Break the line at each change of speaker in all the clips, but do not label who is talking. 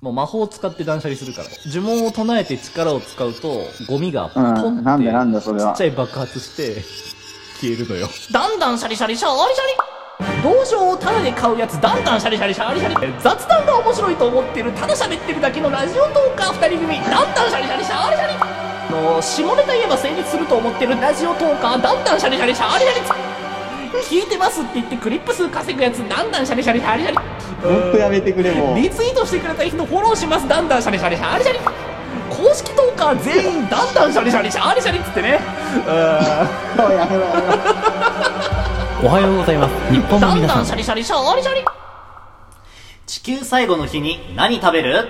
もう魔法を使って断捨離するから。呪文を唱えて力を使うと、ゴミがポンって、
なんでなんだそれは
ちっちゃい爆発して、消えるのよ。
だんだんシャリシャリシャーリシャリ道場をタダで買うやつだんだんシャリシャリシャーリシャリ雑談が面白いと思ってるただ喋ってるだけのラジオトーカー2人組だんだんシャリシャリシャーリシャリあの下ネタ言えば成立すると思ってるラジオトーカーだんだんシャリシャリシャーリシャリ聞いてますって言ってクリップ数稼ぐやつだんだんシャリシャリシャーリシャリ
ほんとやめてくれもう
リツイートしてくれた人フォローしますだんだんシャリシャリシャーリシャリ公式トーカー全員だんだんシャリシャリシャーリシャリっつってね
やめろやめろ
おはようございます。日本の
だん
皆
だ
さ
ん
ん
シ。ャリシャリシャーリシャリ
地球最後の日に何食べる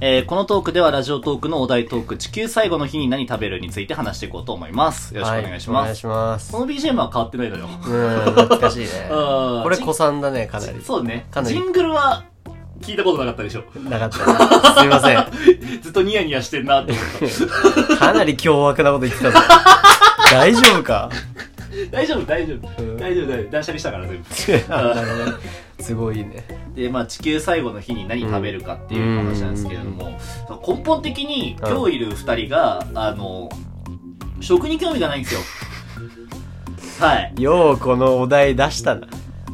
えーこのトークではラジオトークのお題トーク、地球最後の日に何食べるについて話していこうと思います。よろしくお願いし
はお
ま
願い
す。
します。
この BGM は変わってないのよ。
うん、懐かしいね。
うん
これ、子さんだね、かなり。
そうね
か。なり
ジングルは聞いたことなかったでし ょ。
なかった。すいません。
ずっとニヤニヤしてんなって思った。
かなり凶悪なこと言って たぞ。大丈夫か
大丈夫、大丈
うん
夫。大丈夫、大丈夫。断捨離したから 全部。
なるほどねすごいね。
で、まあ、地球最後の日に何食べるかっていう話なんですけれども、根本的に今日いる二人が、あの、食に興味がないんですよ。はい。
よう、このお題出したな。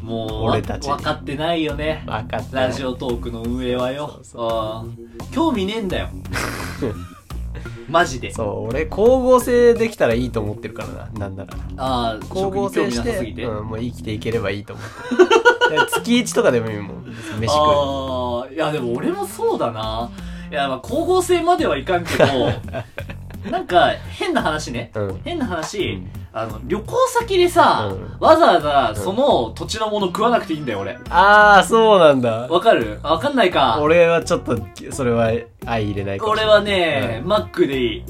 もう、
俺たち
分かってないよね。
分かった。
ラジオトークの運営はよ。
そう
うん興味ねえん だよ。マジで。
そう、俺、光合成できたらいいと思ってるからな、なんなら。
ああ、
光
食
合
に興
成
味
し
なさ
て、
すぎて。
うん、もう生きてい ければいいと思ってる。月一とかでもいいもん。飯食
ああ、いやでも俺もそうだな。いや、まあ、光合成まではいかん けど、なんか、変な話ね。
うん
変な話、
うん
あの、旅行先でさ、
うん
わざわざその土地のもの食わなくていいんだよ、俺。
う。ああ、そうなんだ。
わかるわかんないか。俺
俺はちょっと、それは相入れないかもしれない
はね、マックでいい。うん。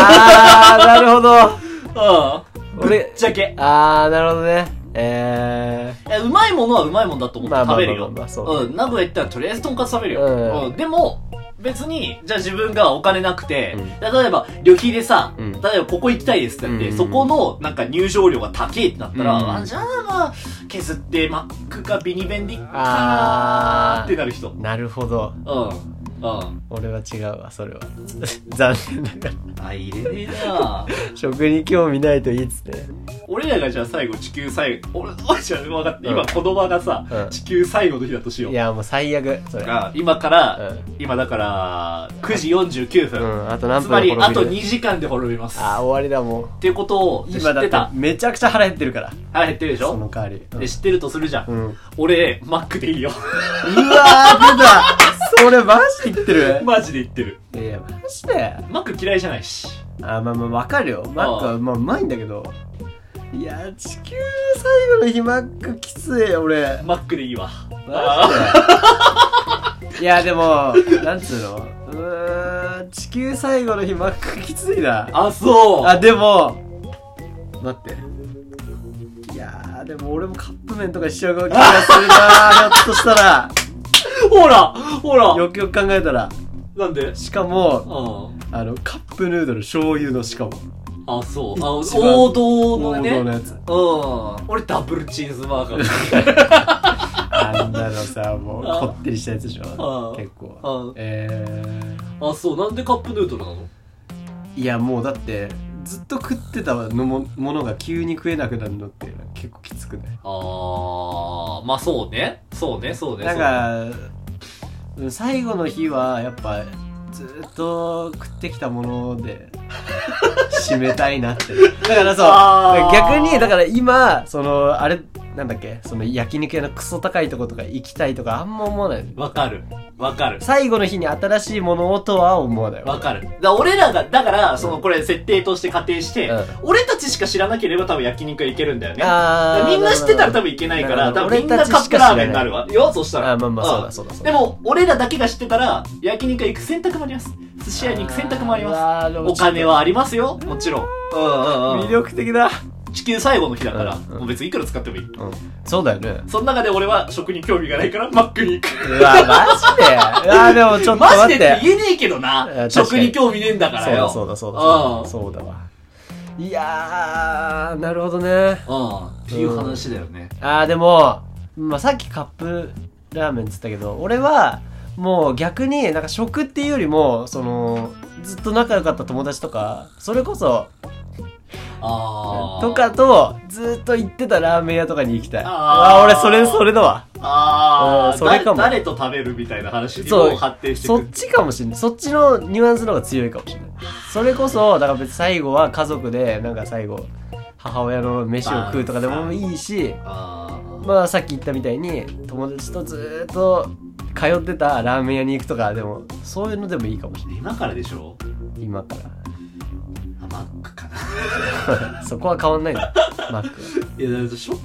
あー、なるほど。俺
ぶっ、ちゃけ。
あー、なるほどね。え
いやうまいものはうまいもんだと思
まあ
って
まあ
食べるよ。
まあまあそう
うん。名古屋行ったらとりあえずとんかつ食べるよ。
うん
うんでも、別に、じゃあ自分がお金なくて、
うん
例えば旅費でさ、
うん
例えばここ行きたいですってなって、
うん
そこのなんか入場料が高いってなったら、
うん
あじゃあまあ、削ってマックかビニ弁でいっかなー
あー
ってなる人。うん。
ー、なるほど。
うん。
俺は違うわ、それは。 残念ながら。
あ、入れねえな
食に興味ないといいっつって。
俺らがじゃあ最後地球最後、俺、おいじゃあ分かった。
う
今
ん
子供がさ、
うん
地球最後の日だとしよう
い。や、もう最悪、それ。
が今から、
うん
今だから9時49
う
分、
ん、あと何
つ
分
まり
滅
あ
びる
と2時間で滅びます
あー、
っ
終わりだ、もう。
ていうことを知っ
今だ
て
ったて、めちゃくちゃ腹減ってるから。
腹減ってるでし
そ
ょ
の代わり。うん
で知ってるとするじゃん、
うん
俺マックでいい よ
うわー、出たそれマジで言ってる
マジで言ってる
いや、マジで。
マック嫌いじゃないし
あまあまあわかるよマック
あ
は
あ
まあうまいんだけどいや地球最後の日マックきつい俺
マックでいいわ
マジでいやでもなんつうのうーん地球最後の日マックきついな
あそう
あでも待っていやーでも俺もカップ麺とかしちゃう気がす るなひょっとしたら
ほらほら
よくよく考えたら
なんで
しかも
うん
あのカップヌードル醤油のしかも
あそうあ
一番
王道のね
王道のやつ
うん俺ダブルチーズバー ガー
あんなのさ、もう、
あ
こってりしたやつでしょ
あ
結構。
あ
え
あそうなんでカップヌードルなの
ー、いや、もうだって、ずっと食ってたのもものが急に食えなくなるのって結構きつくない
あーまあそうねそうねそうね
な
そ
ん
うね
か、うん最後の日は、やっぱ、ずっと食ってきたもので、締めたいなって。だからそう
あ、ー
逆に、だから今、その、あれ、なんだっけ、その焼肉屋のクソ高いとことか行きたいとかあんま思わない。
わかる。わかる。
最後の日に新しいものをとは思わない。
わかる。だ俺らが、だから、その、これ、設定として仮定して、
うん
俺たちしか知らなければ多分焼肉屋行けるんだよね。
あー
みんな知ってたら多分行けないか
な
ら、
るほど
多分みん
俺
な
たち
カップラーメンになる
し
わ。よ、そしたら。
あーまあまあ
ん
そうだそうだそうだ
でも、俺らだけが知ってたら、焼肉屋行く選択もあります。寿司屋に行く選択もあります。
あーでも
お金はありますよ、もちろん。うんうん
魅
うん。
力的だ、
地球最後の日だから、
うんうん
もう別にいくら使ってもいい。
そうだよね
その中で俺は食に興味がないから、マックに行く。
うわマジでうわでもちょっと
マ
待
ジで
っ
って
て
言えねえけど
いや
な。
確か
食
に
に興味ねえんだからよ。
そうだそうだそうだ
うん
そうだわいやー、なるほどね。
ああっていう話だよね、
あー、でも、まあ、さっきカップラーメンっつったけど、俺は、もう逆に、なんか食っていうよりも、その、ずっと仲良かった友達とか、それこそ、
ああ
とかと、ずっと行ってたラーメン屋とかに行きたい。
あー
ああー、俺それ、それだわ。
あ
うん
あ
それかも
誰と食べるみたいな話に
そう
もう発展してく
そっ
る
ちかもしんない。そっちのニュアンスの方が強いかもしれない。それこそ、だから別に最後は家族で、なんか最後、母親の飯を食うとかでもいいし、
ああ
まあさっき言ったみたいに、友達とずーっと通ってたラーメン屋に行くとか、でも、そういうのでもいいかもしれ
今からでしょ
ない。今から。
あマックかな
そこは変わんないの。マッ クは。
いやだから食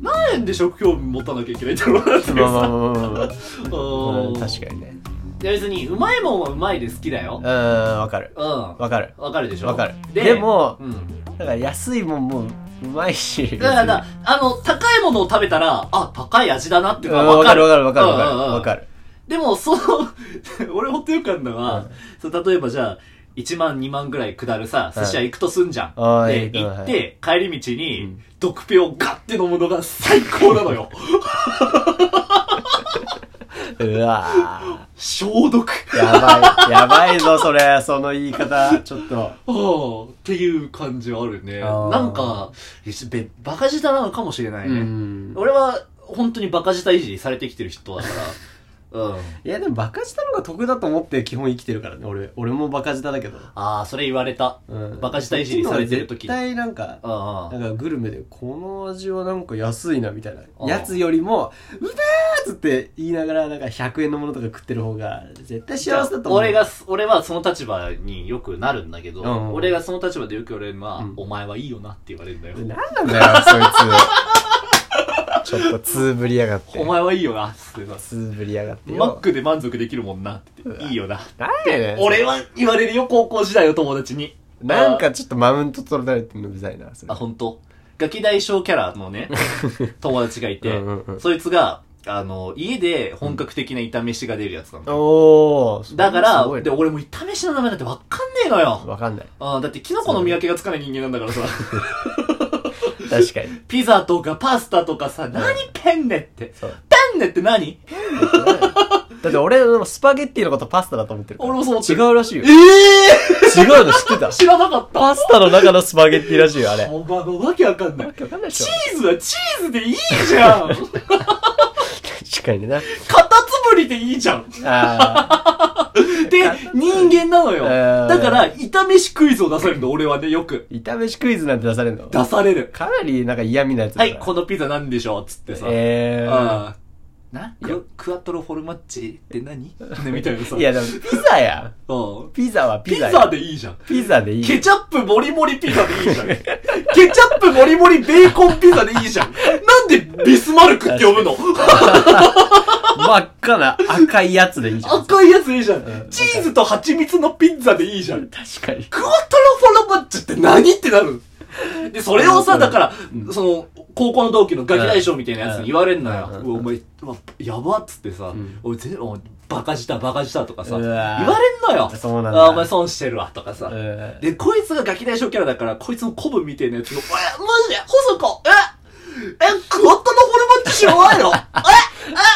何円で食興味持たなきゃいけないんだろうなってさ、
まあまあまあまあまあ
うん
うん確かにね。
いや別にうまいもんはうまいで好きだよ
うーん、わかる。
うんわ
わかる。
かるでしょ
わかる
で
でも
うん、
だから安いもんもうまいし。
だからなあの高いものを食べたらあ高い味だなっていう
うん
のは
わ
わ
か
か
る
る
わかるわかるわか
う
る
んうんうん
わかる。
でもその 俺ほっとよかったのは、そう例えばじゃあ1万2万ぐらい下るさ寿司屋行くとすんじゃん、
ああいい
で
と
行
はい
って帰り道に毒ペをガッて飲むのが最高なのよ
うわ
消毒
ーやばい、やばいぞ、それ。その言い方、ちょっと。
ああっていう感じはあるね
ああ
なんかえしべバカ舌なのかもしれないうね、
ん。
俺は本当にバカ舌維持されてきてる人だ から。うん。
いや、でもバカ舌の方が得だと思って基本生きてるからね、俺。俺もバカ舌だけど。
ああ、それ言われた。
うん。
バカ舌いじりされてる時
絶対なんか、
あ
なんかグルメで、この味はなんか安いな、みたいな。
あ
やつよりも、うめーっつって言いながら、なんか100円のものとか食ってる方が、絶対幸せだと
あ。
思う。
俺。が、俺はその立場によくなるんだけど、
うん
俺がその立場でよく言われるのは、
うん
お前はいいよなって言われるんだよ。
なんなんだよ、そいつ。ちょっとつぶりやがって。
お前はいいよなっつってさ
つぶりやがってよ。
マックで満足できるもんなって言っていいよな。
なんやねん。
俺は言われるよ、高校時代の友達に。
なんかちょっとマウント取られてるのうざいな、それ
あ、。本当。ガキ大将キャラの ね、友達がいて
うんうんうん
そいつが、あの、家で本格的な炒飯が出るやつなの。
おー。
だから、
すごいね
で、俺も炒飯の名前なんてわかんねえのよ。
わかんない。
あーだって、キノコの見分けがつかない人間なんだからさ、
確かに。
ピザとかパスタとかさ、何ペンネって。
そう
ペンネって何
だって俺、でもスパゲッティのことパスタだと思ってるから。
俺もそう思ってる
違うらしいよ。
え
違うの知って た
ー、知らなかった。
パスタの中のスパゲッティらしいよ、あれ。
お前のわけわかんない。
わかんないでし
チ
ょ
ーズはチーズでいいじゃ んカ
確かにな。
タツムリでいいじゃん
あ
で、人間なのよ。
えー
だから、炒飯クイズを出されるの、俺はね、よく。
ー炒めしクイズなんて出されるの
出される。
かなりなんか嫌味なやつだ
は
な。
い、このピザなんでしょうつってさ。
えー。
ああなククワトロフォルマッチって 何ねみたいなさ。
いや、でもピザやん。
うん
ピザはピ
ピ
ザやん。
ザでいいじゃん。
ピザでいい。
ケチャップもりもりピザでいい じゃん。ケチャップもりもりベーコンピザでいいじゃん。なんでビスマルクって呼 ぶの
真っ赤な赤いやつでいいじゃん。
赤いやつでいいじゃん。チーズと蜂蜜のピッツァでいいじゃん。
確かに。
クワトロフォロマッチって何ってなるで、それをさ、だから、その、高校の同期のガキ大将みたいなやつに言われんのよ。
うん
うわお前、うわやばっつってさ、おい、全然、お前バカ舌、バカ舌とかさ、
うわ
言われんのよ。
そうなんだ
あお前損してるわ、とかさ。
うん
で、こいつがガキ大将キャラだから、こいつのコブみたいなやつが、え、マジで細子ええ、クワットのフォルマッチ知らないのえ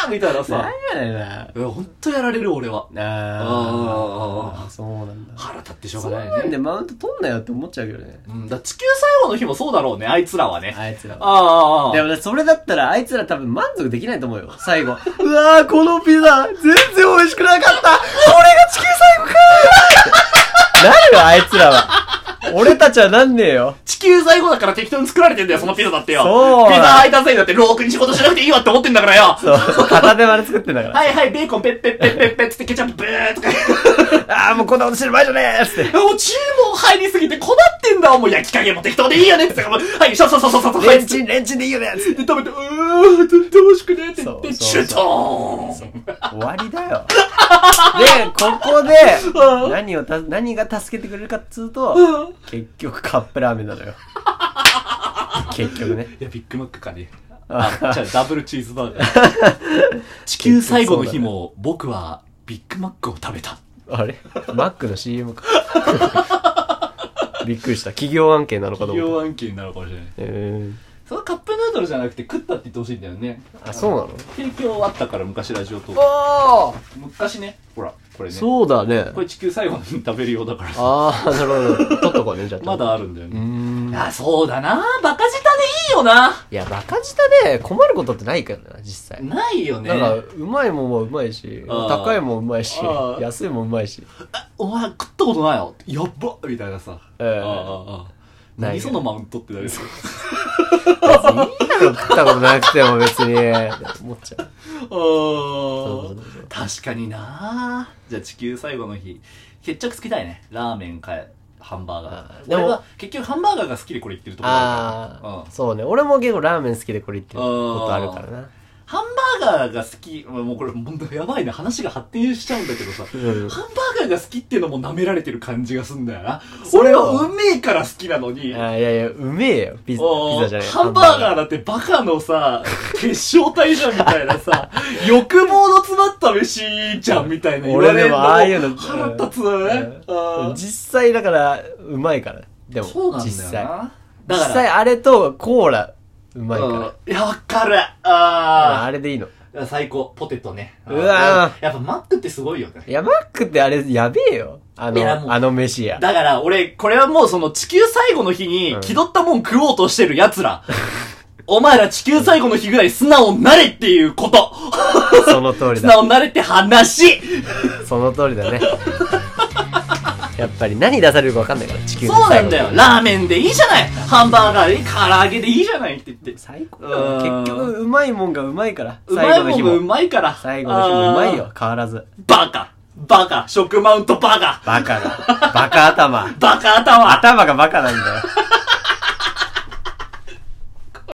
えみたいな
な
さ
ん。やねんな。
え、ほんとやられる、俺は。
あ
あ
ー
ー
そうなんだ。
腹立ってしょう
そ
がな
う
いね。
なんでマウント取んなよって思っちゃうけどね。
うん、だから地球最後の日もそうだろうね、あいつらはね。
あいつらは
ああああ、
でもね、それだったら、あいつら多分満足できないと思う よ。最後。うわーこのピザ、全然美味しくなかったこれが地球最後か ーなるよ、あいつらは。俺たちはなんねえよ。
地球最後だから適当に作られてんだよ、そのピザだってよ。
そう
ピザ配達員だって、ロークに仕事しなくていいわって思ってんだからよ。
そう、片手まで作ってんだから。
はいはい、ベーコンペッペッペッペッペッつってケチャップブーとか。
あーもうこんなことしてる場合じゃねえっつって。
もう注文入りすぎて困ってんだもう焼き加減も適当でいいよねって言ってからはい、そうそうそうそうそう、は
レ
い、
ン
つって
チン、レンチンでいいよねっつって。
食べて、うーん、全然美味しくねえって言っ
そう
て、
そう
チュトーン
終わりだ よ。で、ここで、何をた、何が助けてくれるかっつうと、結局カップラーメンな のよ。結局ね。
いや、ビッグマックかね。あ、じゃあダブルチーズバーガー。 地球最後の日も、僕はビッグマックを食べた。
あれマックの CM か。 びっくりした。企業案件なのかと
企
思った。
業案件なのかもしれない
え
そのカップヌードルじゃなくて食ったって言ってほしいんだよね
ー、あ、そうなの
提供あったから昔ラジオと
ああ
昔ねほらこれね
そうだね。
これ地球最後に食べるようだから
ああ、なるほど。取っとこうね、じゃあ。
ま。だあるんだよ
うー
ね
ん。
あそうだなバカ舌でいいよない
や、バカ舌で困ることってないからな、実際。
ないよね
なんか、うまいもんはうまいし、
あー
高いもんうまいし
あ、ー
安いもんうまいし。
お前食ったことないよやっばみたいなさ
え
ああ
ー、
ああ
ない
何そのマウントってなる よ
いいだろ、食ったことなくても別に。思っちゃう。
ああ確かになじゃあ地球最後の日決着つきたいねラーメンかハンバーガ
あ
ー
ーでも
俺は結局ハンバーガーが好きでこれ言ってるところだ
あ
から
あ
う、ん
そうね。俺も結構ラーメン好きでこれ言ってることあるからな。
ハンバーガーが好き、もうこれ本当やばいな、話が発展しちゃうんだけどさ、
うん
ハンバーガーが好きってのも舐められてる感じがすんだよな。俺はうめえから好きなのに、
あーいやいや、うめえよ。ピザ、
お
ピ
ー
ザじゃない。
ハンバーガーだってバカの さ、結晶体じゃんみたいなさ、欲望の詰まった飯じゃんみたいな言われ
俺で
る
も
の
ああいうの。
腹立つよね。
うん
あー
実際だから、うまいから。でも、
そうなんだよな。
実際。
だ
実
から、
際あれとコーラ、うまいから。
うんいや、わかる。
あ
あ
れでいいの。
あ、最高。ポテトね。
うわ
やっぱマックってすごいよね
い。や、マックってあれやべえよ。あ
いやもう
の、あの飯や。
だから、俺、これはもうその地球最後の日に
うん
気取ったもん食おうとしてる奴ら。お前ら地球最後の日ぐらい素直になれっていうこと。
その通り
素
だ。
直になれって話。
その通り だね。やっぱり何出されるか分かんないから、地球の
そうな
最後
んだよ。ラーメンでいいじゃない。ハンバーガーでいい。唐揚げでいいじゃないって言って。
最高
う
だ
ん
よ。結局、うまいもんがうまいから。
うまい
最後の
も
日
んがう
も。
まいから。
最後の日もうまいよ。変わらず。
あー。バカ。バカ。食マウントバカ。
バカだ。バカ頭。
バカ頭。
頭がバカなんだよ。